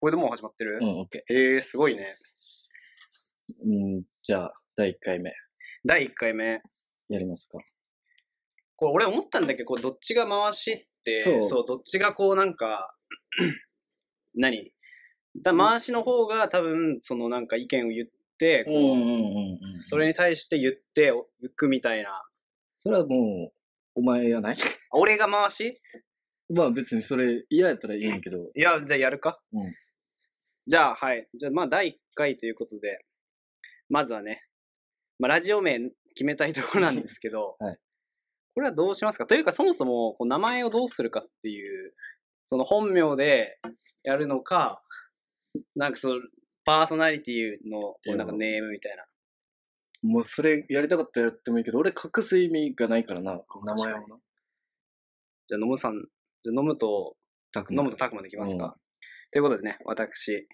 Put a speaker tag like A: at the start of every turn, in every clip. A: これでもう始まってる、
B: うん、オッケ
A: えー、すごいね。
B: ー。うん、じゃあ、第1回目、
A: 第1回目。
B: やりますか。
A: これ俺思ったんだけど、こうどっちが回しって、そ、
B: そうう
A: どっちがこうなんか、 何だ回しの方が多分、そのなんか意見を言って、
B: う
A: こ
B: ん
A: う
B: うんうんうん。
A: それに対して言って、お行くみたいな。あ
B: それはもう、お前やない
A: 俺が回し
B: まあ別にそれ嫌やったらいいんやけど。
A: いや、じゃあやるか。
B: うん
A: じゃあ、はい。じゃあ、まあ、第1回ということで、まずはね、まあ、ラジオ名決めたいところなんですけど、
B: はい
A: これはどうしますかというか、そもそも、こう名前をどうするかっていう、その本名でやるのか、なんかその、パーソナリティの、こうなんかネームみたいな。
B: もうそれやりたかったらやってもいいけど、俺隠す意味がないからな、この名前をな。
A: じゃあ、飲むさん、じゃあ飲むと、
B: たく
A: 飲
B: ま
A: むとたくまできます
B: うん
A: か。ということでね、私、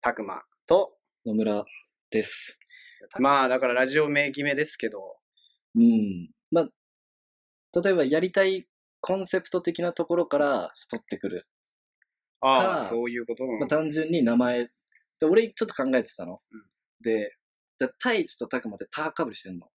A: たくまと、
B: 野村です。
A: まあ、だからラジオ名決めですけど、
B: うん。まあ、例えばやりたいコンセプト的なところから取ってくる。
A: ああ、
B: か
A: そういうことなの
B: まあ単純に名前。で俺ちょっと考えてたの。
A: うん
B: で、で太一とたくまってターかぶりしてんの。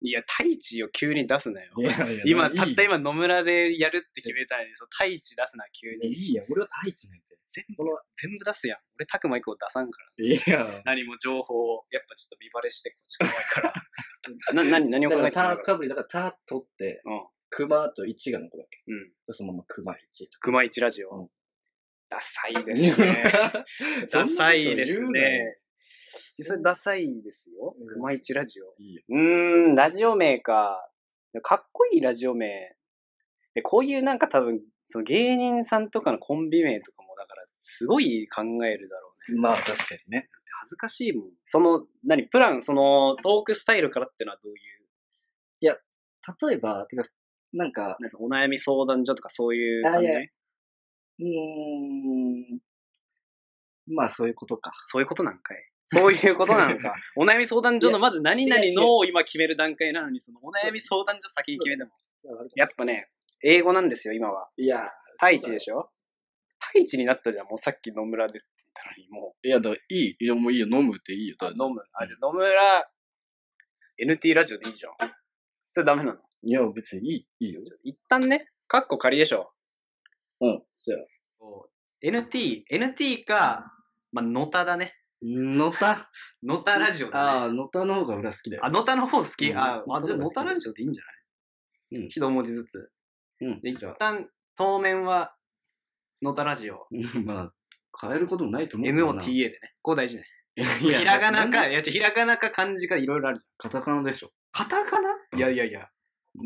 A: いや、太一を急に出すなよ。
B: 今、
A: 今、たった今、野村でやるって決めたのに、そう太一出すな、急
B: い
A: に。
B: いやん、俺は太一なんて。
A: 全部
B: この、
A: 全部出すやん。俺、たくま以降出さんから。
B: いや。
A: 何も情報を、やっぱちょっと見バレして、こっち怖いから。 な、な、何を
B: だか
A: 考え
B: ら、
A: てた
B: タ
A: の
B: かぶり、だから、タ取って、
A: うん。
B: 熊と一が残るわけ。
A: うん。
B: そのまま熊一とか。
A: 熊一ラジ
B: うん
A: オ。ダサいです ね。 ダサいですね。それダサいですよ
B: うん。
A: 熊一ラジオ。
B: いいよ。
A: うーん、ラジオ名か。かっこいいラジオ名。でこういうなんか多分、その芸人さんとかのコンビ名とかも、だから、すごい考えるだろうね。
B: まあ、確かにね。
A: 恥ずかしいもん。その、何、プラン、その、トークスタイルからってのはどういう、
B: 例えば、てか、なんか、
A: 何そのお悩み相談所とかそういう
B: あ
A: 感
B: い
A: じ
B: やうーん、まあ、そういうことか。
A: そういうことなんかい。そういうことなん か。お悩み相談所のまず何々
B: 違う違う
A: のを今決める段階なのに、そのお悩み相談所先に決めても。
B: い
A: やっぱね、英語なんですよ、今は。
B: や、
A: 太一でしょ太一になったじゃん、もうさっき野村でって言ったのに、も
B: いや、だからいい。いや、もういいよ。飲むっていいよ。
A: う、あ、飲む。あ、じゃあ野村、NT ラジオでいいじゃん。それダメなの
B: いや、別にいい、いいよ。
A: 一旦ね、カッコ仮でしょ。
B: うん、じゃあ。
A: NT、NT か、まあ、野田だね。
B: のた。
A: 野田ラジオ
B: あ
A: だ
B: あ、
A: ね。
B: のたの方が俺は好きだよ。
A: あ、野田の方好き、
B: うん
A: あ、あ
B: 野
A: じゃ
B: 田
A: あ
B: の
A: 野
B: 方が好き
A: 田ラジオでいいんじゃない、
B: うん
A: 一文字ずつ。
B: うん、
A: で、一
B: じゃあ。
A: 旦、当面は、野田ラジオ。
B: うんまあ、変えることもないと思うけどな。
A: NOTA でね。ここ大事ね。
B: いや
A: ひらがな。
B: なん
A: か、いや、違うひらがなか漢字かいろいろあるじゃん
B: カタカナでしょ。
A: カタカナ
B: うん
A: いやいやいや、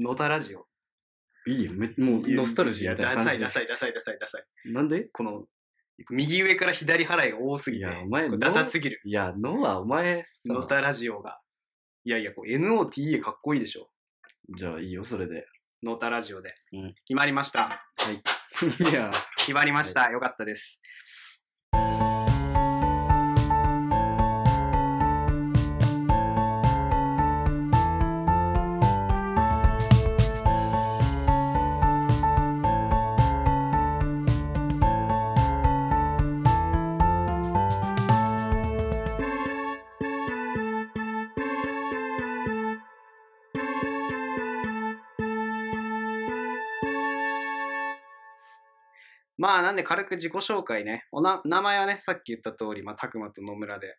A: 野田ラジオ。
B: いいよ。めもう、ノスタルジーみたいな感じ。
A: ダサいダサいダサいダサいダサい。
B: なんで
A: この、右上から左払いが多すぎ
B: い
A: て、
B: や、お前、
A: これ
B: の
A: ダサすぎる。
B: いや、ノはお前さ、
A: 野田ラジオが。いやいや、こう NOTA かっこいいでしょ。
B: じゃあいいよ、それで。
A: 野田ラジオで。
B: うん
A: 決まりました。
B: はい。 いや、
A: 決まりました。よかったです。まあ、なんで軽く自己紹介ね。おな名前はね、さっき言った通り、まあ、たくまと野村で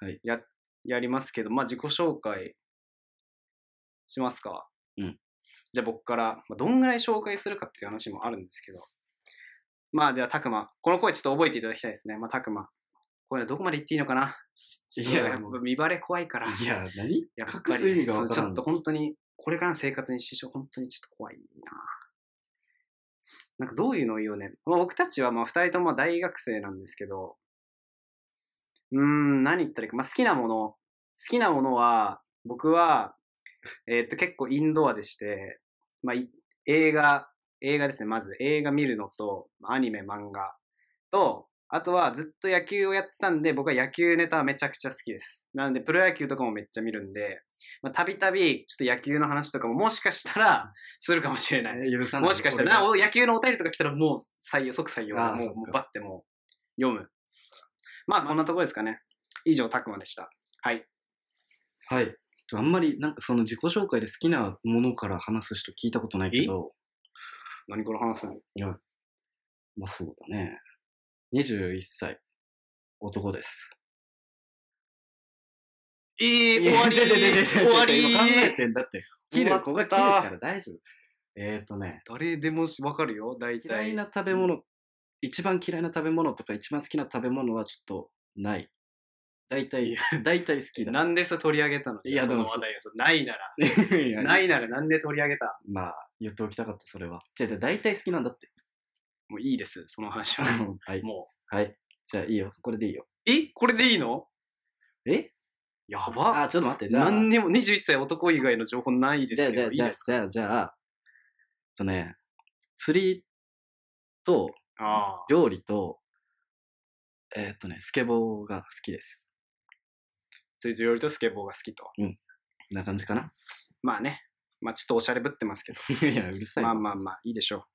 B: はい
A: や,、やりますけど、まあ、自己紹介しますか。
B: うん。
A: じゃあ、僕から、まあ、どんぐらい紹介するかっていう話もあるんですけど。まあ、では、たくま。この声ちょっと覚えていただきたいですね。まあ、たくま。これ、どこまで言っていいのかなち
B: いや
A: ちょっと見バレ怖いから。
B: いや、何
A: やっぱ
B: 隠す意
A: り
B: 味が
A: そ
B: わ
A: う
B: か
A: ち
B: ら
A: ょ
B: ん
A: っと本当に、これからの生活に支障、本当にちょっと怖いな。なんかどういうのを言うね。まあ、僕たちはまあ2人とも大学生なんですけど、うーん、何言ったらいいか。まあ、好きなもの、好きなものは、僕は、えーっと、結構インドアでして、まあ、い映画、映画ですね、まず。映画見るのと、アニメ、漫画と、あとはずっと野球をやってたんで、僕は野球ネタはめちゃくちゃ好きです。なので、プロ野球とかもめっちゃ見るんで、まあたびたび、ちょっと野球の話とかももしかしたら、するかもしれない。
B: 許さない。
A: もしかしたら、なお野球のお便りとか来たらもう採用、即採用。
B: ああ
A: も
B: そっ
A: う、
B: か
A: もうバッてもう、読む。まあ、こんなところですかね。以上、たくまでした。はい。
B: はい。あんまり、なんかその自己紹介で好きなものから話す人聞いたことないけど、
A: 何この話すの
B: まあそうだね。21歳。男です。
A: えー
B: いやちょちょちょちょちょ今考え
A: ー
B: てんだって。切る、こが切るから大丈夫。えっ、ー、とね、
A: 誰でもわかるよ、大体。
B: 嫌いな食べ物、一番嫌いな食べ物とか一番好きな食べ物はちょっとない。大体、 大体好きだ。
A: なんでそれ取り上げたの
B: いや
A: そ
B: で
A: の
B: も
A: 話題を。それないなら。
B: いや
A: ないならなんで取り上げた
B: まあ、言っておきたかった、それは。じゃあ、大体好きなんだって。
A: もういいです、その話は。
B: はい。
A: も
B: はい。じゃあ、いいよ。これでいいよ。
A: う。えこれでいいの
B: え
A: や
B: あ
A: ば。
B: ちょっと待って。じゃあ、
A: 何にも、21歳男以外の情報ないです
B: じゃあ、じゃ
A: よ。
B: あ、
A: いい
B: じゃあ、
A: です
B: じゃあ、じゃあ、えっとね、釣りと
A: かああ。
B: 料理と、えっとね、スケボーが好きです。
A: それとよりとスケボーが好きと。
B: こんな感じかな。
A: まあね。まあちょっとおしゃれぶってますけど。
B: いや、うるさい。
A: まあまあまあ、いいでしょ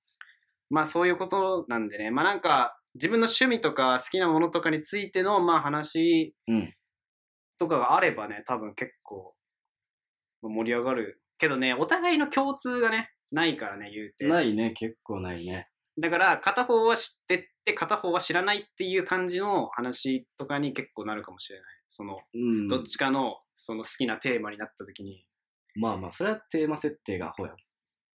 A: う。まあそういうことなんでね。まあなんか、自分の趣味とか好きなものとかについての、まあ話
B: うん。
A: とかがあればね、多分結構盛り上がる。けどね、お互いの共通がね、ないからね、言うて。
B: ないね、結構ないね。
A: だから、片方は知ってって、片方は知らないっていう感じの話とかに結構なるかもしれない。その、
B: うん。
A: どっちかの、その好きなテーマになった時に、
B: まあまあ、それはテーマ設定がアホや。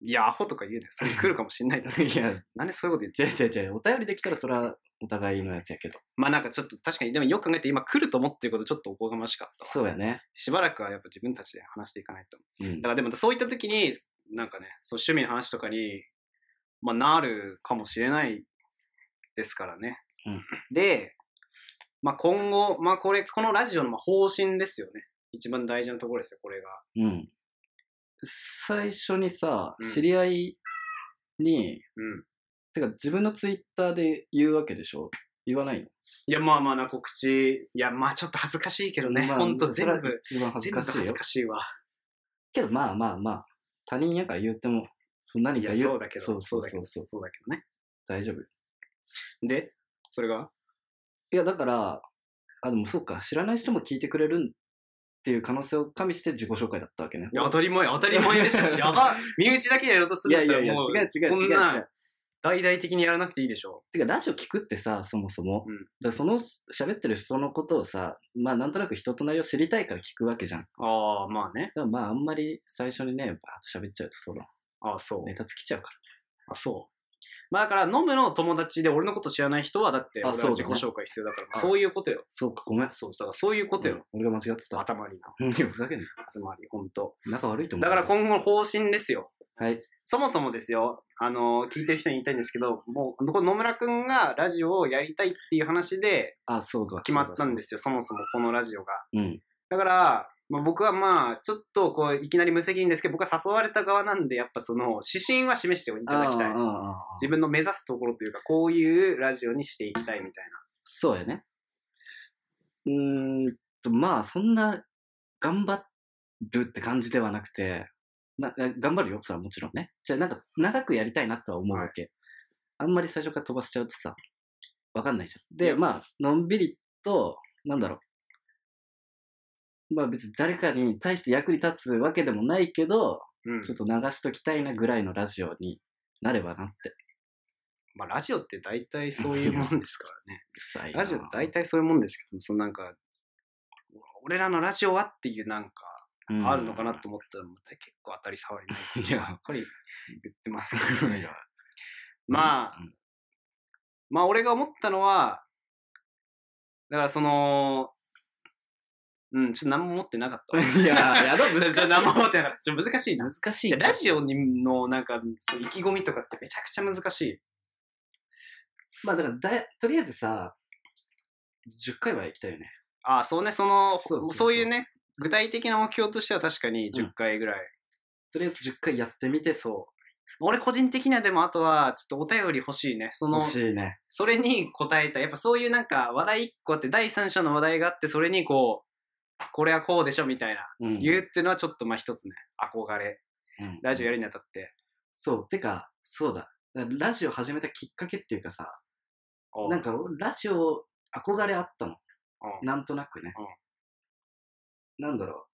A: いや、アホとか言うね。それ来るかもしれない。
B: いや、
A: なんでそういうこと言っち
B: じ
A: ゃ
B: ゃ
A: う
B: あ、じゃあ、じゃあ、お便りできたらそれはお互いのやつやけど。
A: まあなんかちょっと確かに、でもよく考えて今来ると思ってることちょっとおこがましかったわ。
B: そうやね。
A: しばらくはやっぱ自分たちで話していかないと。
B: うん
A: だ。からでもそういった時に、なんかね、そう趣味の話とかに、まあなるかもしれないですからね。
B: うん
A: で、まあ今後、まあこれ、このラジオのまあ方針ですよね。一番大事なところですよ、これが。
B: うん。最初にさ
A: うん、
B: 知り合いに、
A: うん。
B: てか自分のツイッターで言うわけでしょ言わないの
A: いや、まあまあな告知、いや、まあちょっと恥ずかしいけどね、
B: まあ
A: ほんと
B: そ
A: 全
B: れは
A: 部、
B: 一番恥
A: 全部
B: ずかし
A: 恥
B: い
A: ず
B: よ
A: か。しいわ。
B: けどまあまあまあ、他人やから言っても、その何
A: い
B: か
A: や、
B: 言う。
A: そうだけど、
B: そう
A: そ
B: そうう
A: だけ
B: そ
A: ど、
B: う
A: そ
B: そう
A: うだけどね。
B: 大丈夫。
A: で、それが
B: いや、だから、あ、でもそうか、知らない人も聞いてくれるんっていう可能性を加味して自己紹介だったわけね。
A: いや、当たり前、当たり前で しょ。やば身内だけでやろうとす
B: い
A: るんだ
B: や
A: っ
B: い
A: たら
B: やいや、違う
A: もう、こん
B: 違う違う違
A: な
B: う。
A: 大々的にやらなくていいでしょ
B: てか、ラジオ聞くってさ、そもそも。
A: うん
B: だからその喋ってる人のことをさ、まあ、なんとなく人となりを知りたいから聞くわけじゃん。
A: う。ああ、まあね。
B: でもまあ、あんまり最初にね、バーッと喋っちゃうと、そうだ。
A: ああ、そう。
B: ネタ尽きちゃうか
A: あそう。まあだから、飲むの友達で俺のこと知らない人は、だって、俺
B: あ
A: は
B: そうだ
A: 自
B: ね
A: 己紹介必要だから、
B: はい
A: そういうことよ
B: ら。。そうか、ごめん。
A: そう、だからそういうことよ。
B: うん俺が間違ってた。
A: 頭にな。
B: いやふざけんな。
A: 頭に、ほんと。
B: 仲悪いと思う。
A: だから今後の方針ですよ。
B: はい。
A: そもそもですよ、あの聞いてる人に言いたいんですけど、もう、これ野村くんがラジオをやりたいっていう話で
B: あ、そうか。。
A: 決まったんですすよ、そもそもこのラジオが。
B: うん。
A: だから、まあ、僕はまあ、ちょっとこう、いきなり無責任ですけど、僕は誘われた側なんで、やっぱその、指針は示していただきたい
B: あー。あーあー
A: 自分の目指すところというか、こういうラジオにしていきたいみたい
B: そうやね。うーんと、まあ、そんな、頑張るって感じではなくて、なな頑張るよ、それはもちろんね。じゃあ、なんか、長くやりたいなとは思うわけ。あんまり最初から飛ばしちゃうとさ、わかんないじゃん。
A: い
B: で、
A: や
B: まあ、のんびりと、なんだろう。まあ別に誰かに対して役に立つわけでもないけど、
A: な。うん
B: ちょっと流しときたいなぐらいのラジオになればなって。うる
A: まあ、ラジオって大体そういうもんですからね。
B: さいな。
A: ラジオって大体そういうもんですけど、そのなんか、俺らのラジオはっていうなんか、
B: うん
A: あるのかなと思ったら、もう結構当たり障りない。
B: いや、
A: やっぱり言ってます。
B: いや
A: まあ、
B: うん
A: まあ俺が思ったのは、だからその、うん、ちょっと何も持ってなかったわ。
B: いやーやだ
A: 難 しい。何も持ってなかった。ちょっと難しいな。
B: 難しい
A: じゃ
B: ね。
A: あラジオにのなんかそう意気込みとかってめちゃくちゃ難しい。
B: まあだからだ、とりあえずさ、10回は行きたいよね。
A: ああ、そうね、その、
B: そうそうそう
A: そういうね、具体的な目標としては確かに10回ぐらい。
B: とりあえず10回やってみて、
A: そう。俺個人的にはでもあとはちょっとお便り欲しいね。その
B: 欲しいね。
A: それに答えたいやっぱそういうなんか話題1個あって第三者の話題があってそれにこうこれはこうでしょみたいな、
B: うん
A: 言うってのはちょっとまあ一つね憧れ
B: うん
A: ラジオやるにあたって、
B: そう、てか、そうだ。だからラジオ始めたきっかけっていうかさ、
A: おう
B: なんか、ラジオ憧れあったの。
A: うん
B: なんとなくね、なんだろう、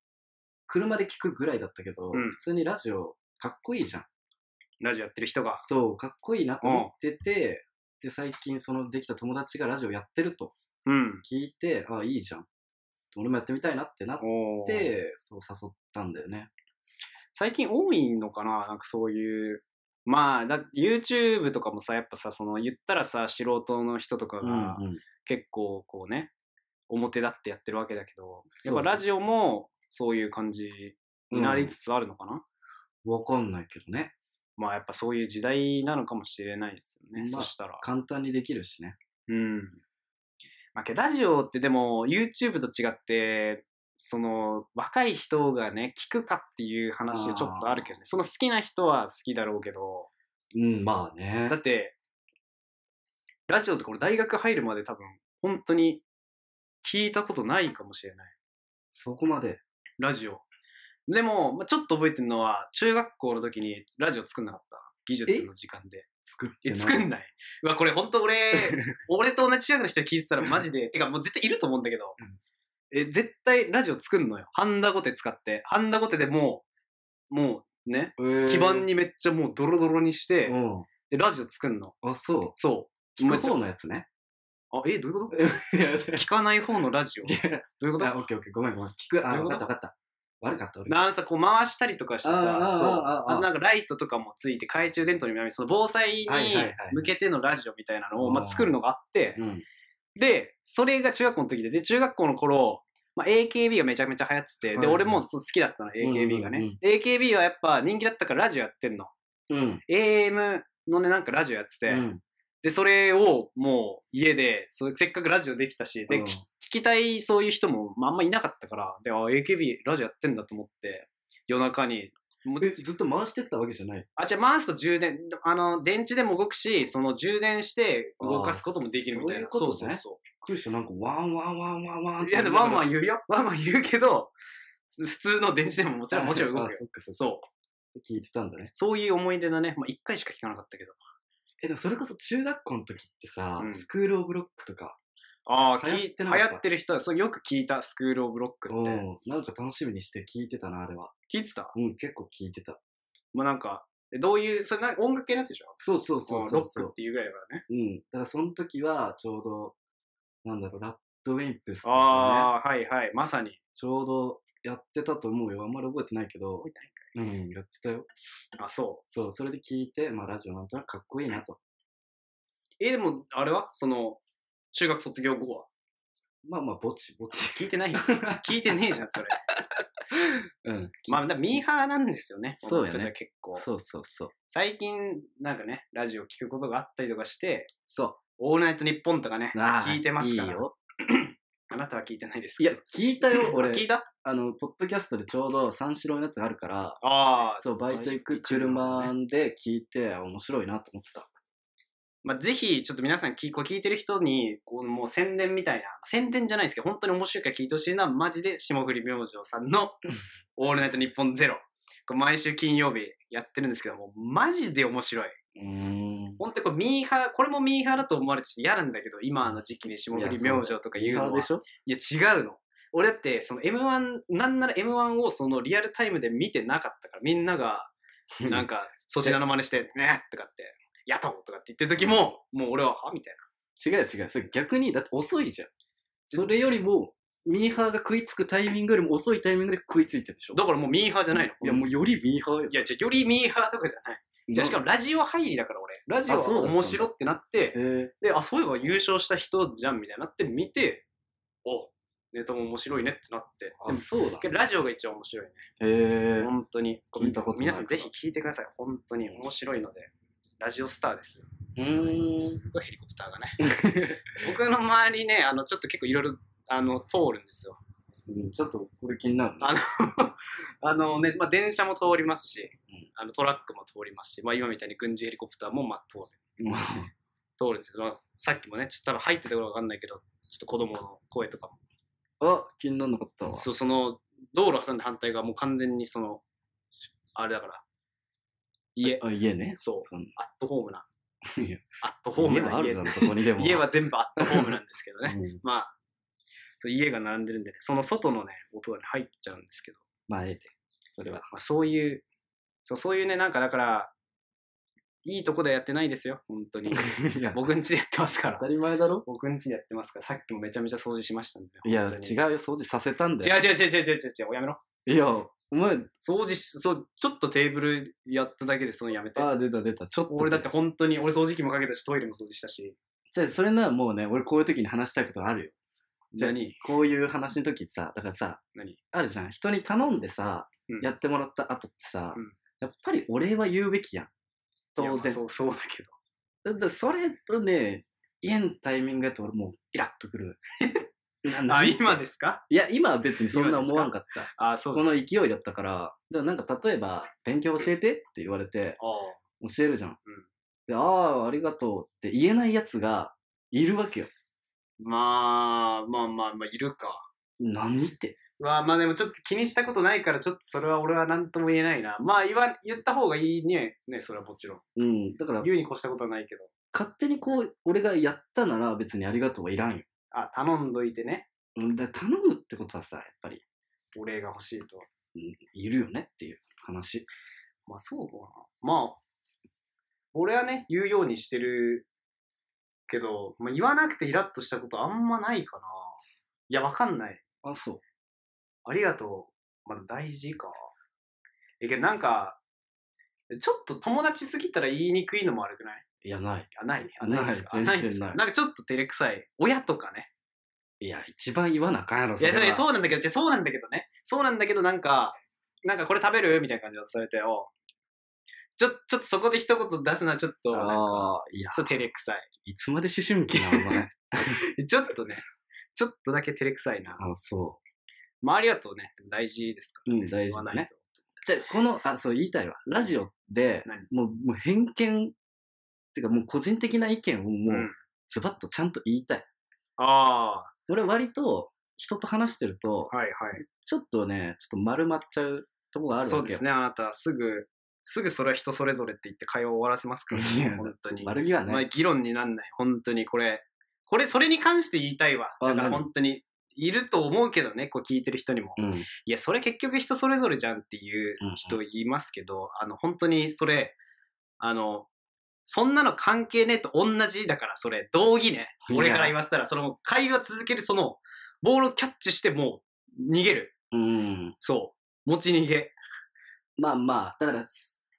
B: 車で聞くぐらいだったけど、
A: うん
B: 普通にラジオかっこいいじゃん。
A: ラジオやってる人が。
B: そう、かっこいいなと思ってて、で、最近そのできた友達がラジオやってると
A: うん。
B: 聞いて、あ、いいじゃん。俺もやってみたいなってなっ
A: おー
B: て、そう誘ったんだよね。
A: 最近多いのかななんかそういう。まあ、だ YouTube とかもさ、やっぱさ、その言ったらさ、素人の人とかが
B: うんうん
A: 結構こうね、表立ってやってるわけだけど、
B: そ
A: や
B: う
A: っぱラジオもそういう感じになりつつあるのかな、
B: わかんないけどね。
A: まあやっぱそういう時代なのかもしれないですよね。
B: まあ
A: そしたら。
B: 簡単にできるしね。
A: うん。まあけどラジオってでも YouTube と違って、その若い人がね、聞くかっていう話はちょっとあるけどね。その好きな人は好きだろうけど、
B: うん、まあね
A: だ。って、ラジオとか俺大学入るまで多分、本当に聞いたことないかもしれない。
B: そこまで。
A: ラジオ。でも、まあ、ちょっと覚えてるのは、中学校の時にラジオ作んなかった。技術の時間で。
B: 作って
A: え、
B: ない
A: 作んない。うわ、これ本当俺、 俺と同じ中学の人聞いてたらマジで、てかもう絶対いると思うんだけど、え、絶対ラジオ作んのよ。ハンダゴテ使って。ハンダゴテでもう、もうね、
B: えー
A: 基盤にめっちゃもうドロドロにして、
B: うん。
A: で、ラジオ作んの。
B: あ、そ
A: そう。
B: う。聞く
A: も
B: 方
A: う
B: のや つね。
A: あ、え、どういうこと
B: いや、それ
A: 聞かない方のラジオ。どういうこと
B: あ、オッ ケーオッケー。ごめんごめん。聞く。あ、
A: どういう
B: わ
A: こと
B: かったわかった。悪かった、俺。
A: なあのさ、こう回したりとかして
B: あーあ
A: さ、
B: ー
A: そう
B: あーあー
A: あのなんかライトとかもついて、懐中電灯にもなり、その防災に
B: はいはいはい
A: 向けてのラジオみたいなのを、
B: うん
A: まあ、作るのがあって、
B: うん。
A: で、それが中学校の時で、で、中学校の頃、まあ、AKB がめちゃめちゃ流行ってて、
B: はい
A: で、
B: はい
A: 俺もそう好きだったの、AKB が
B: うん
A: ね
B: うん。
A: で AKB はやっぱ人気だったからラジオやってんの。
B: うん。
A: AM のね、なんかラジオやってて、
B: うん
A: で、それをもう家で、そうせっかくラジオできたし、で、
B: うん
A: き聞きたいそういう人も、まあ、あんまいなかったから、で、あ、AKB ラジオやってんだと思って、夜中に、もう
B: え、ずっと回してったわけじゃない。
A: あ、じゃあ回すと充電、あの、電池でも動くし、その充電して動かすこともできるみたいな。
B: あーそういうことね
A: そう
B: びっくりした。なんか、ワンワンワンワンワンっ
A: そう。
B: て
A: いや、でもワンワ
B: ン。
A: ン言うよ。ワンワン言うけど、普通の電池でももちろん、もちろん動く
B: あ
A: よ。
B: そっかそっか。
A: そう。
B: 聞いてたんだね。
A: そういう思い出だね。まあ、一回しか聞かなかったけど。
B: え、でもそれこそ中学校の時ってさ
A: う、ん
B: スクールオブロックとか、
A: ああ、
B: 流
A: 聞
B: 行
A: い
B: って
A: 流
B: なかった
A: 行ってる人は、そうよく聞いた、スクールオブロック
B: う
A: って。
B: んなんか楽しみにして聞いてたな、あれは。
A: 聞いてた
B: うん、結構聞いてた。
A: まあ、なんか、えどういう、それなんか音楽系のやつでしょ
B: そうそうそうそうそ
A: ロックっ
B: う。
A: ていうぐらいだからね。
B: うん。だからその時は、ちょうど、なんだろう、ラッドウィンプスとかね、
A: ああ、はいはい。まさに。
B: ちょうどやってたと思うよ。あんまり覚えてないけど
A: 覚え、
B: うん、やってたよ。
A: あ、そ
B: そう、それで聞いて、まあラジオなんとなくかっこいいなと。
A: う。え、でも、あれはその、中学卒業後は
B: まあまあ、ぼちぼ ち。
A: 聞いてない 聞いてねえじゃん、 それ。
B: うん。
A: まあ、だからミーハーなんですよね。
B: そうよね
A: 僕たちは結構。
B: そうそうそう。
A: 最近、なんかね、ラジオ聞くことがあったりとかして、
B: そ
A: オールナイトニッポンとかね、
B: う。なあ
A: 聞いてますから。
B: いいよ。
A: あなたは聞いてないです
B: い
A: け
B: や
A: ど。、
B: 聞い たよ、
A: あ聞
B: 俺。
A: いた
B: あの、ポッドキャストでちょうど三四郎のやつがあるから、
A: ああ、
B: そう、バイト行く
A: バイト
B: 車
A: 行く
B: で聞いて、あ面白いなと思ってた。
A: まあ、ぜひ、ちょっと皆さん聞、こう聞いてる人に、こう、もう宣伝みたいな、宣伝じゃないですけど、本当に面白いから聞いてほしいのは、マジで霜降り明星さん の、オールナイトニッポンゼロ。これ毎週金曜日やってるんですけども、マジで面白い。
B: うーん。
A: 本当にこれミーハー、これもミーハーだと思われてて嫌なんだけど、今の時期に霜降り明星とか言うのは
B: で。しょ
A: いや、違うの。俺だって、その M1、なんなら M1 をそのリアルタイムで見てなかったから、みんなが、なんか、 粗品の真似して、ねとかって、やっととかって言ってる時も、もう俺は、はみたい
B: 違う違う。それ逆に、だって遅いじゃん。それよりも、ミーハーが食いつくタイミングよりも遅いタイミングで食いついてるでしょ
A: な。だからもうミーハーじゃないの。
B: いや、もうよりミーハーよ。
A: いや、じゃあよりミーハーとかじゃない。じゃあしかもラジオ入りだから俺。ラジオ
B: あそうだ
A: は
B: ったんだ
A: 面白ってなって、
B: え
A: で、あ、そういえば優勝した人じゃんみたいになって見て、おネタも面白いねってなって。
B: ー、あ、そうだ
A: で。もラジオが一番面白いね。
B: えー、
A: 本当に。
B: 聞いたことない
A: 皆さんぜひ聞いてください。本当に面白いので。ラジオスターですよ。
B: うーん。
A: すごいヘリコプターが ね。僕の周りね、あの、ちょっと結構いろいろ、あの、通るんですよ。
B: うんちょっとこれ気になるね
A: ああのね、まあ、電車も通りますし
B: うん、
A: あの、トラックも通りますし、まあ、今みたいに軍事ヘリコプターも、まあ、通る。
B: うん
A: 通るんですけど、まあ、さっきもね、ちょっと多分入ってたかわかんないけど、ちょっと子供の声とか
B: あ、気にならなかったわ
A: も。。そう、その、道路挟んで反対側もう完全にその、あれだから、家、
B: あ、家ね。
A: そう、
B: そん
A: アットホームな、
B: いや
A: アットホーム
B: 家
A: な
B: はあ
A: 家
B: るだろ、どこにでも。
A: 家は全部アットホームなんですけどね。
B: うん
A: まあ、そう家が並んでるんでね、その外のね、音がね、入っちゃうんですけど、
B: まあ、ええで。それは。
A: まあ、そういう、そうそういうね、なんかだから、いいとこではやってないですよ、本当 に。
B: いや、
A: 僕ん家でやってますから。
B: たり前だろ
A: 僕ん家でやってますから、さっきもめちゃめちゃ掃除しましたんで。
B: いや、違う
A: 本当に
B: よ。掃除させたんだ
A: 違
B: よ。
A: う違う違う違う違う違う違う、やめろ。
B: 違う。いや、お前、
A: 掃除し、そう、ちょっとテーブルやっただけで、そのやめて
B: あ。あ、出た出た。ちょっと。
A: 俺だって。本当に、俺掃除機もかけたし、トイレも掃除したし。
B: じゃあ、それならもうね、俺こういう時に話したいことあるよ。じゃあ
A: 何
B: こういう話の時さ、だからさ、
A: 何
B: あるじゃん。人に頼んでさ、
A: うん
B: やってもらった後ってさ、
A: うん
B: やっぱりお礼は言うべきやん。
A: いやま
B: 当
A: あ
B: 然。
A: そう、 そうだけど。
B: だってそれとね、言えんタイミングやと俺もうイラッとくる。 なな
A: あ、
B: んで
A: 今ですか
B: いや、今は別にそんな思わんかった。
A: あ、そうで
B: こ
A: す
B: の勢いだったから、だからなんか例えば、勉強教えてって言われて、
A: ああ
B: 教えるじゃん。でああ、ありがとうって言えないやつがいるわけよ。
A: まあ、まあまあまあ、いるか。
B: 何って。
A: まあまあでもちょっと気にしたことないから、ちょっとそれは俺は何とも言えないな。まあ言わ、言った方がいいね。ね、それはもちろん。
B: うん。だから、
A: 言うに越したことはないけど。
B: 勝手にこう、俺がやったなら別にありがとうはいらんよ。
A: あ、頼んどいてね。
B: うんだから頼むってことはさ、やっぱり、
A: お礼が欲しいと。
B: うんいるよねっていう話。
A: まあそうかな。まあ、俺はね、言うようにしてるけど、まあ、言わなくてイラッとしたことあんまないかな。いや、わかんない。
B: あ、そう。
A: ありがとう。まあ、大事か。え、けどなんか、ちょっと友達すぎたら言いにくいのも悪くない
B: いや、ない。
A: あ、ないね。あ
B: ない
A: いですかあ
B: 全然
A: ないですか
B: ない
A: なんかちょっと照れくさい。親とかね。
B: いや、一番言わなあかんやろ、
A: いや、そ
B: れ
A: う
B: は
A: そうなんだけど、じゃあそうなんだけどね。そうなんだけど、なんか、なんかこれ食べるみたいな感じでされて、おうちょ、ちょっとそこで一言出すのはちょっと、なんか、
B: ああ、いや、
A: ちょっと照れくさい。
B: いつまで思春期なの、お前。
A: ちょっとね、ちょっとだけ照れくさいな。
B: あ、そ
A: まあ、ありがとうね。でも大事ですか
B: う。うん、大
A: ら。言
B: 事
A: わ
B: だ
A: ない
B: ね。
A: と。
B: じゃあこの、あ、そう、言いたいわ。ラジオで、
A: 何
B: もう、もう偏見、ってかもう個人的な意見をも
A: うん
B: う、ズバッとちゃんと言いたい。
A: あ
B: 俺割と、人と話してると
A: あ、、はいはい。
B: ちょっとね、ちょっと丸まっちゃうとこがある
A: そ
B: わ
A: う
B: け
A: で
B: よ。
A: すね、あなた、すぐ、すぐそれは人それぞれって言って会話を終わらせますから
B: いや
A: ね、本当に。
B: 丸みは
A: まあ、
B: ね、
A: 議論になんない、本当にこれ。これ、それに関して言いたいわ。
B: あ
A: だから
B: 何
A: 本当に、いると思うけどね、こう聞いてる人にも。
B: うん。
A: いや、それ結局人それぞれじゃんっていう人いますけど、あの、本当にそれ、あの、そんなの関係ねえと同じだから、それ、道義ね。
B: いや
A: 俺から言わせたら、その、会話続ける、その、ボールをキャッチしてもう、逃げる。
B: うん。
A: そう。持ち逃げ。
B: まあまあ、だから、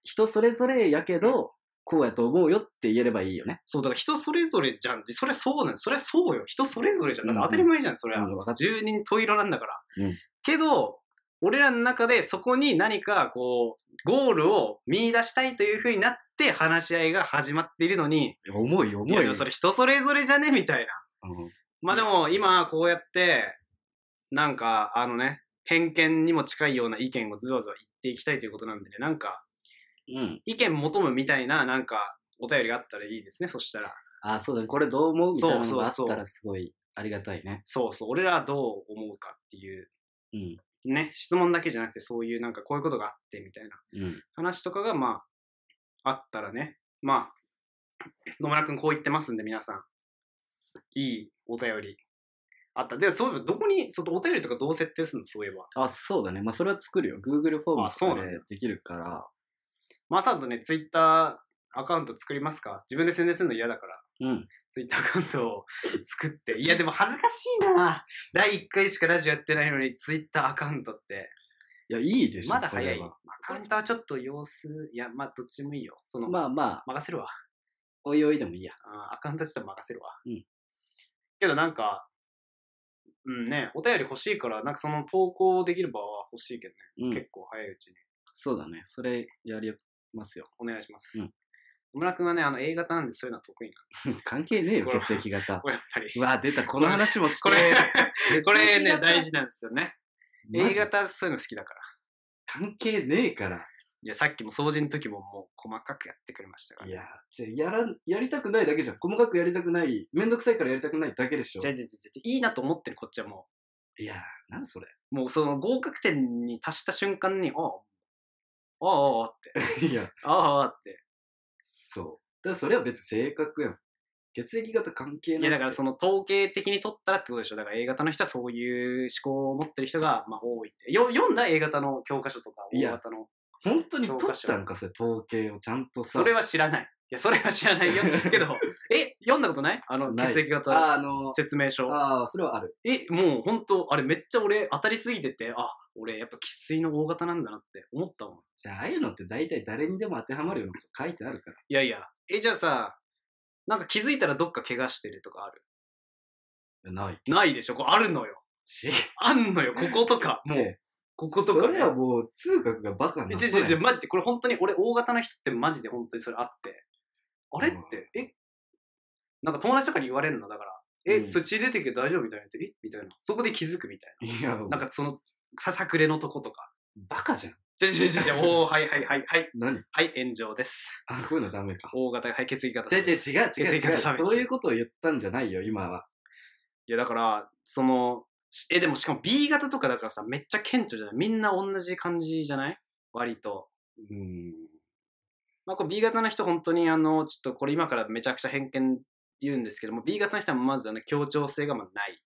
B: 人それぞれやけど、こうやと思うよって言えればいいよね。
A: そう、だから人それぞれじゃんって、それはそうなんそれはそうよ。人それぞれじゃん。だから
B: うんう
A: 当
B: ん
A: たり前じゃん、それは。
B: うん、分かってる。
A: 十人十色なんだから。
B: うん
A: けど、俺らの中でそこに何かこう、ゴールを見出したいというふうになって話し合いが始まっているのに、
B: 重いよ、
A: いや
B: 重い
A: でも
B: よ。
A: それ人それぞれじゃねみたいな。
B: うん
A: まあでも今こうやって、なんかあのね、偏見にも近いような意見をずわずわ言っていきたいということなんでね、なんか
B: うん。
A: 意見求むみたいななんかお便りがあったらいいですね、そしたら。
B: あ、そうだね。これどう思うみたいなのがあっ
A: そうそうそう
B: たらすごいありがたいね。
A: そうそう、俺らはどう思うかっていう、
B: うん。
A: ね、質問だけじゃなくてそういうなんかこういうことがあってみたいな。
B: うん。
A: 話とかが、まあ、あったらね、まあ、野村くんこう言ってますんで、皆さん。いいお便り。あった。で、そういえば、どこに、そのお便りとかどう設定するのそういえば。
B: あ、そうだね。まあ、それは作るよ。Google フォーム
A: あそう
B: と
A: な
B: か
A: んだ
B: でできるから。
A: まさとね、ツイッターアカウント作りますか自分で宣伝するの嫌だから。
B: うん。
A: ツイッターアカウントを作って。いや、でも恥ずかしいな第1回しかラジオやってないのに、ツイッターアカウントって。
B: いや、いいでしょ。
A: まだ早
B: そ
A: い。
B: れ
A: ア
B: は
A: カウントはちょっと様子、いや、まあ、どっちでもいいよ。その、
B: まあまあ、
A: 任せるわ。
B: おいおいでもいいや。
A: あーアカウント自体任せるわ。
B: うん
A: けどなんか、うんね、お便り欲しいから、なんかその投稿できれば欲しいけどね、
B: うん。
A: 結構早いうちに
B: そうだね。それやりますよ。
A: お願いします。
B: うん
A: 野村くんはね、あの A 型なんでそういうのは得意な
B: 関係ねえよ、
A: これ
B: 血液型
A: の。。やっぱり。
B: うわ、出た。この話もして。
A: こ れ、これね、大
B: 事。
A: 事なんですよね。
B: マ
A: A
B: ジ
A: 型そういうの好きだから。
B: 関係ねえから。
A: いや、さっきも掃除の時ももう細かくやってくれましたから。
B: い
A: 違う
B: や、じゃあやらん、やりたくないだけじゃん。細かくやりたくない。めんどくさいからやりたくないだけでしょ。
A: 違う違う違ういいなと思ってるこっちはも
B: いや、なんそれ。
A: う。もうその合格点に達した瞬間に、おうおうおうおうって、
B: いや、
A: ああって。
B: そう。だからそれは別に性格やん。血液型関係
A: い
B: ない。
A: やだからその統計的に取ったらってことでしょだから A 型の人はそういう思考を持ってる人がまあ多いってよ読んだ A 型の教科書とか
B: い
A: O
B: や
A: 型の
B: 本当に取ったんか、それ、統計をちゃんとさ。
A: それは知らないいやそれは知らない よけどえ読んだことないあの
B: ない
A: 血液型
B: あーあの
A: 説明書
B: ああ、それはある。
A: えもう本当あれめっちゃ俺当たりすぎててあ俺やっぱ生粋の O 型なんだなって思ったもん
B: じゃあ、ああいうのって大体誰にでも当てはまるようなこと書いてあるから。
A: いやいやえじゃあさなんか気づいたらどっか怪我してるとかある
B: いやない
A: ないでしょこうあるのよ
B: し。
A: あんのよこことかもう
B: で
A: こことか
B: それはもう、通学がバカな
A: え
B: の。
A: ちょちょちょ、マジで、これ本当に、俺、大型の人ってマジで本当にそれあって。あれっ
B: うん
A: て、えなんか友達とかに言われるの、だから。え、
B: うん
A: そっち出てけど大丈夫みたいな。えみたいな。そこで気づくみたい
B: いや、
A: な。なんかその、ささくれのとことか。
B: バカじゃん。
A: ちょちょちょ ちょ、おー、はいはいはいはい。
B: 何
A: はい、炎上です。
B: あ、こういうのダメか。
A: 大型、はい、血液型。
B: 違う 違う違
A: いう
B: 違う違
A: 血液型
B: う。
A: 差別
B: そういうことを言ったんじゃないよ、今は。
A: や、だから、その、しえ、でもしかも B 型とかだからさ、めっちゃ顕著じゃないみんな同じ感じじゃない割と。
B: うん。
A: まあ、これ B 型の人、本当にあの、ちょっとこれ今からめちゃくちゃ偏見言うんですけども、B 型の人はまずあの、協調性がまあない。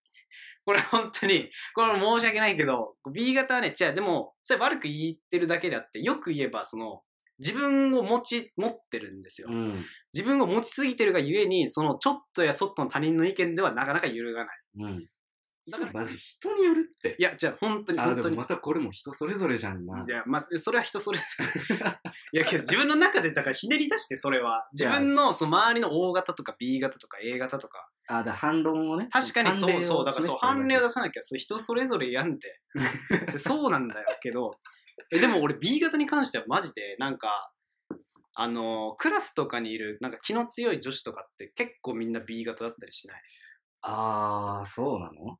A: これ本当に、これ申し訳ないけど、B 型はね、違う、でも、それ悪く言ってるだけであって、よく言えば、その、自分を持ち、持ってるんですよ
B: う。ん。
A: 自分を持ちすぎてるがゆえに、その、ちょっとやそっとの他人の意見ではなかなか揺るがない。
B: うん。
A: だから
B: マジ人によるって。
A: いや、じゃあ本当に、
B: あー、
A: 本
B: で
A: 当
B: も
A: に
B: ま。たこれも人それぞれじゃんな。
A: いや、まあ、それは人それぞれ。いや、けど自分の中で、だからひねり出して、それは。
B: い
A: 自
B: や
A: 分の、その周りの O 型とか B 型とか A 型とか。
B: あー、だから反論をね。
A: 確かにそうそう、だからそう、判例を
B: だ。
A: 出さなきゃ、それ人それぞれやんっ て。そうなんだよ、けど。えでも俺 B 型に関してはマジで、なんか、あのクラスとかにいる、なんか気の強い女子とかって結構みんな B 型だったりしない。
B: ああ、そうなの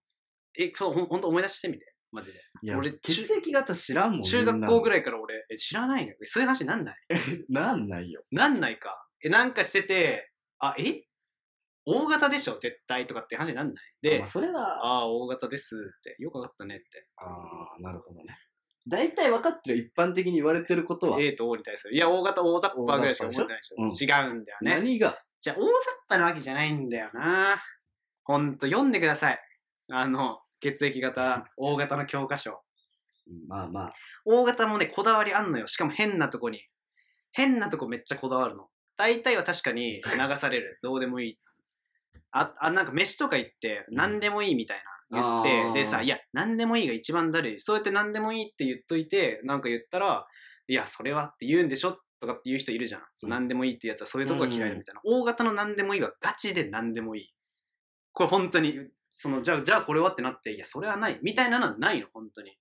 A: え、そう、ほんほんと思い出してみて、マジで。
B: いや、
A: 俺
B: 俺、
A: 中
B: 血液型知らんもん
A: 中学校ぐ
B: ら
A: らいから俺、え知らないのよ。そういう話なんない
B: い。なんないよ。
A: なんないか。え、なんかしてて、あ、え大型でしょ絶対とかって話になんない。
B: で、
A: で
B: まあ、、それは、あ
A: ああー、大型ですって。よくわかったねって。
B: あー、なるほどね。大体分かってる、一般的に言われてることは、
A: A と O に対する。いや、大型、大雑把ぐらいしか思ってないでしょ。
B: 大雑把で
A: 違うんだよね。
B: 何が、
A: じゃあ、大雑把なわけじゃないんだよな。ほんと、読んでください。あの、血液型、大型の教科書。
B: まあ まあ、
A: 大型もね、こだわりあんのよ。しかも変なとこに。変なとこめっちゃこだわるの。大体は確かに流され る。どうでもいい。あ、あなんか飯とか行って、
B: うん
A: 何でもいいみたいな。言
B: あ
A: っ
B: ー
A: て、でさ、いや、何でもいいが一番だるい。そうやって何でもいいって言っといて、なんか言ったら、いや、それはって言うんでしょとかって言う人いるじゃん。そう何でもいいってやつはそういうとこが嫌いだみたいな。大型の何でもいいはガチで何でもいい。これ本当に、その、じゃあ、じゃあこれはってなって、いや、それはない。みたいなのはないの、本当に。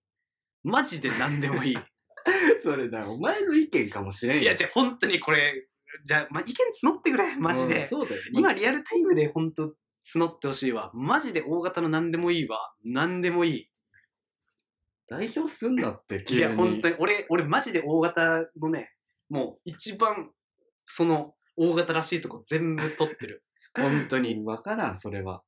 A: マジで何でもいい。
B: それだ、お前の意見かもしれんよ
A: いや、じゃあ本当にこれ、じゃあ、まあ、意見募ってくれ、マジ
B: うん
A: で。
B: そうだよ。
A: 今、リアルタイムで本当募ってほしいわ。マジで大型の何でもいいわ。何でもい
B: 代表すんなって、
A: い。
B: 急
A: い
B: に。
A: や、本当に、俺、俺マジで大型のね、もう一番、その、大型らしいとこ全部取って る。本当に。
B: 分からん、それは。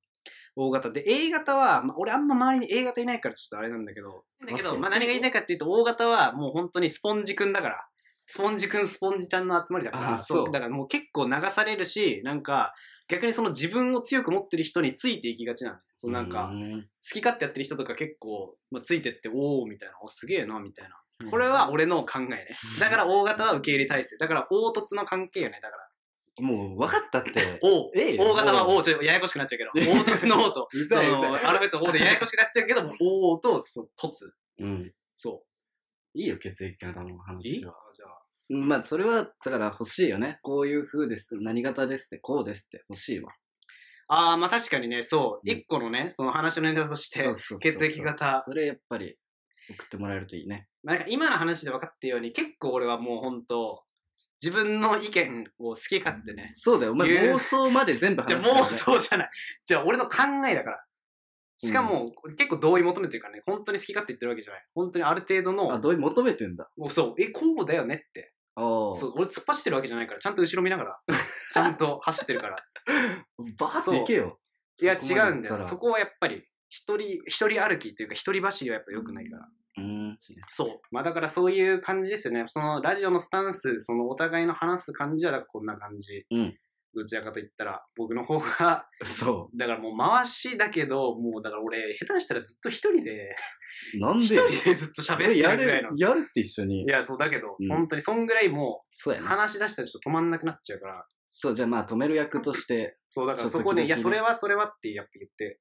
A: 大型で A 型は、まあ、俺あんま周りに A 型いないからちょっとあれなんだけどだけ
B: あ
A: ど、
B: そう
A: まあ、何が言いたいかっていうと大型はもう本当にスポンジくんだからスポンジくんスポンジちゃんの集まりだから
B: あそう
A: だからもう結構流されるしなんか逆にその自分を強く持ってる人についていきがちなのそうなんか好
B: う、
A: き勝手やってる人とか結構、まあ、ついてっておおみたいなおすげえなみたいなんこれは俺の考えねだから大型は受け入れ体制だから凹凸の関係よねだから
B: もう分か ったって。
A: O
B: ええ
A: O 型は O ちょっとややこしくなっちゃう けど凹凸の O と
B: う
A: そ
B: ざいうざい
A: のアルファベットの O でややこしくなっちゃうけ ども、O とその凸。
B: うん。
A: そ
B: いいよ、血液型の
A: う。いい
B: 話
A: じゃ
B: は。
A: あ。
B: うんまあ、それは、だから欲しいよね。こういう風です。何型ですって、こうですって欲しいわ。
A: ああ、まあ確かにね、そう。
B: うん
A: 一個のね、その話のネタとして、
B: そうそうそう
A: 血液型
B: それやっぱり、送ってもらえるといいね。
A: なんか今の話で分かったように、結構俺はもう本当自分の意見を好き勝手ね。
B: そうだよ、お前
A: 言う
B: 妄想まで全部話
A: じゃあ
B: すから
A: 妄想じゃない。じゃあ俺の考えだから。しかも、結構同意求めてるからね、本当に好き勝手言ってるわけじゃない。本当にある程度
B: あ、
A: の、
B: 同意求めてんだ。
A: もうそう、え、こうだよねって。
B: ああ。
A: そう、俺突っ走ってるわけじゃないから、ちゃんと後ろ見なが ら、ちゃんと走ってるから。
B: バーっていけよ。
A: いや
B: そ
A: 違
B: こまで
A: うんだよ
B: 行ったら
A: そこはやっぱり一人一人歩きというか一人走りはやっぱ良くないから、
B: うん。
A: そうまあだからそういう感じですよねそのラジオのスタンスそのお互いの話す感じはだからこんな感じ、
B: うん
A: どちらかと言ったら、僕の方が、
B: そ
A: だからもう回しだけど、もうだから俺、下手したらずっと一人で、
B: う。なんで
A: 一人でずっと喋って
B: や
A: るぐらい
B: る
A: の。、
B: やるって一緒に
A: い。や、そうだけど、
B: うん
A: 本当にそんぐらいも
B: そう
A: う、
B: やな。
A: 話し出したらちょっと止まんなくなっちゃうから、
B: そう、じゃあまあ止める役として、
A: そうだから
B: ちょっと
A: そこで、いや、
B: 時
A: そ
B: 々ね
A: れはそれはってやっぱ言って、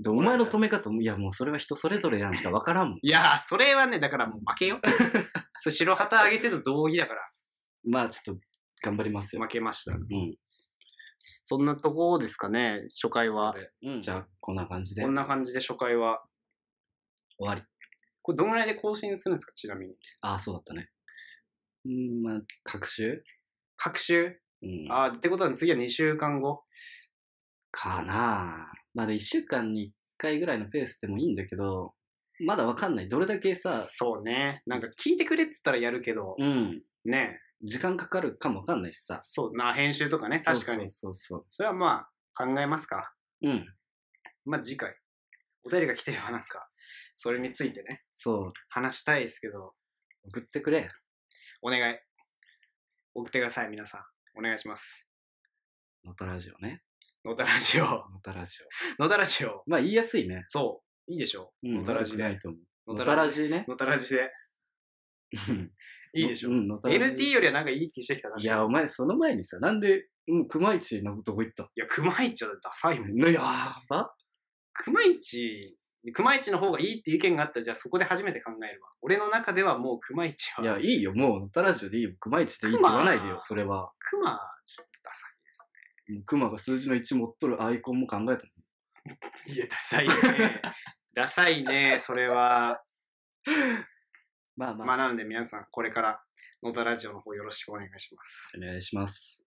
B: でお前の止め方も、いやもうそれは人それぞれやんしかわからんもん。
A: いやー、それはね、だからもう負け よ。そう白旗上げてと同義だから、
B: まあちょっと頑張りますよ
A: 負。けました。
B: うん。
A: そんなとこですかね、初回は。
B: うん、じゃあこんな感じで
A: こん
B: 終
A: な感じで初回は。
B: わり。
A: これどんぐらいで更新するんですか、ちなみに。
B: ああ、そうだったね。うん、まあ、各週
A: 各週
B: うん。
A: ああ、ってことは次は2週間後。
B: かなあまだ1週間に1回ぐらいのペースでもいいんだけど、まだわかんない。どれだけさ、
A: そうね。なんか聞いてくれって言ったらやるけど、
B: うん、
A: ね
B: 時間かかるかもわかんないしさ。
A: そうな、編集とかね、確かに。
B: そうそうそう
A: それはまあ、考えますか。
B: そう。うん。
A: まあ次回。お便りが来てればなんか、それについてね、
B: そう。
A: 話したいですけど、
B: 送ってくれ。
A: お願い。送ってください、皆さん。お願いします。
B: のたラジオね。
A: 野田ラジオ。
B: のたラジ
A: 野田ラジオ。
B: オ。まあ言いやすいね。
A: そう。いいでしょう。
B: うん
A: 野田ラジ
B: 悪くな
A: で
B: い。と思う。
A: 野
B: の
A: 田
B: た
A: ラ
B: ラ
A: ジ。
B: ジね。
A: 野田ラジで。
B: うん
A: いいでしょ
B: う
A: う。
B: ん、のたらじ
A: NT よりはなんかいい気してきたな。
B: いや、お前その前にさ、なんで、うん、熊市のどこ行った
A: いや、熊市はダサいもん。
B: いやば
A: 熊市、熊市の方がいいっていう意見があったら、じゃあそこで初めて考えるわ。俺の中ではもう熊市は。
B: いや、いいよ、もう、のたらじオでいいよ。熊市でいいって言わないでよ、それは。
A: 熊はちょっとダサ
B: もう熊が数字の1持っとるアイコンも考えた。
A: い。いや、ダサいね。ダサいね、それは。
B: まあまあ、
A: まあ、なので皆さん、これから、野田ラジオの方よろしくお願いします。
B: お願いします。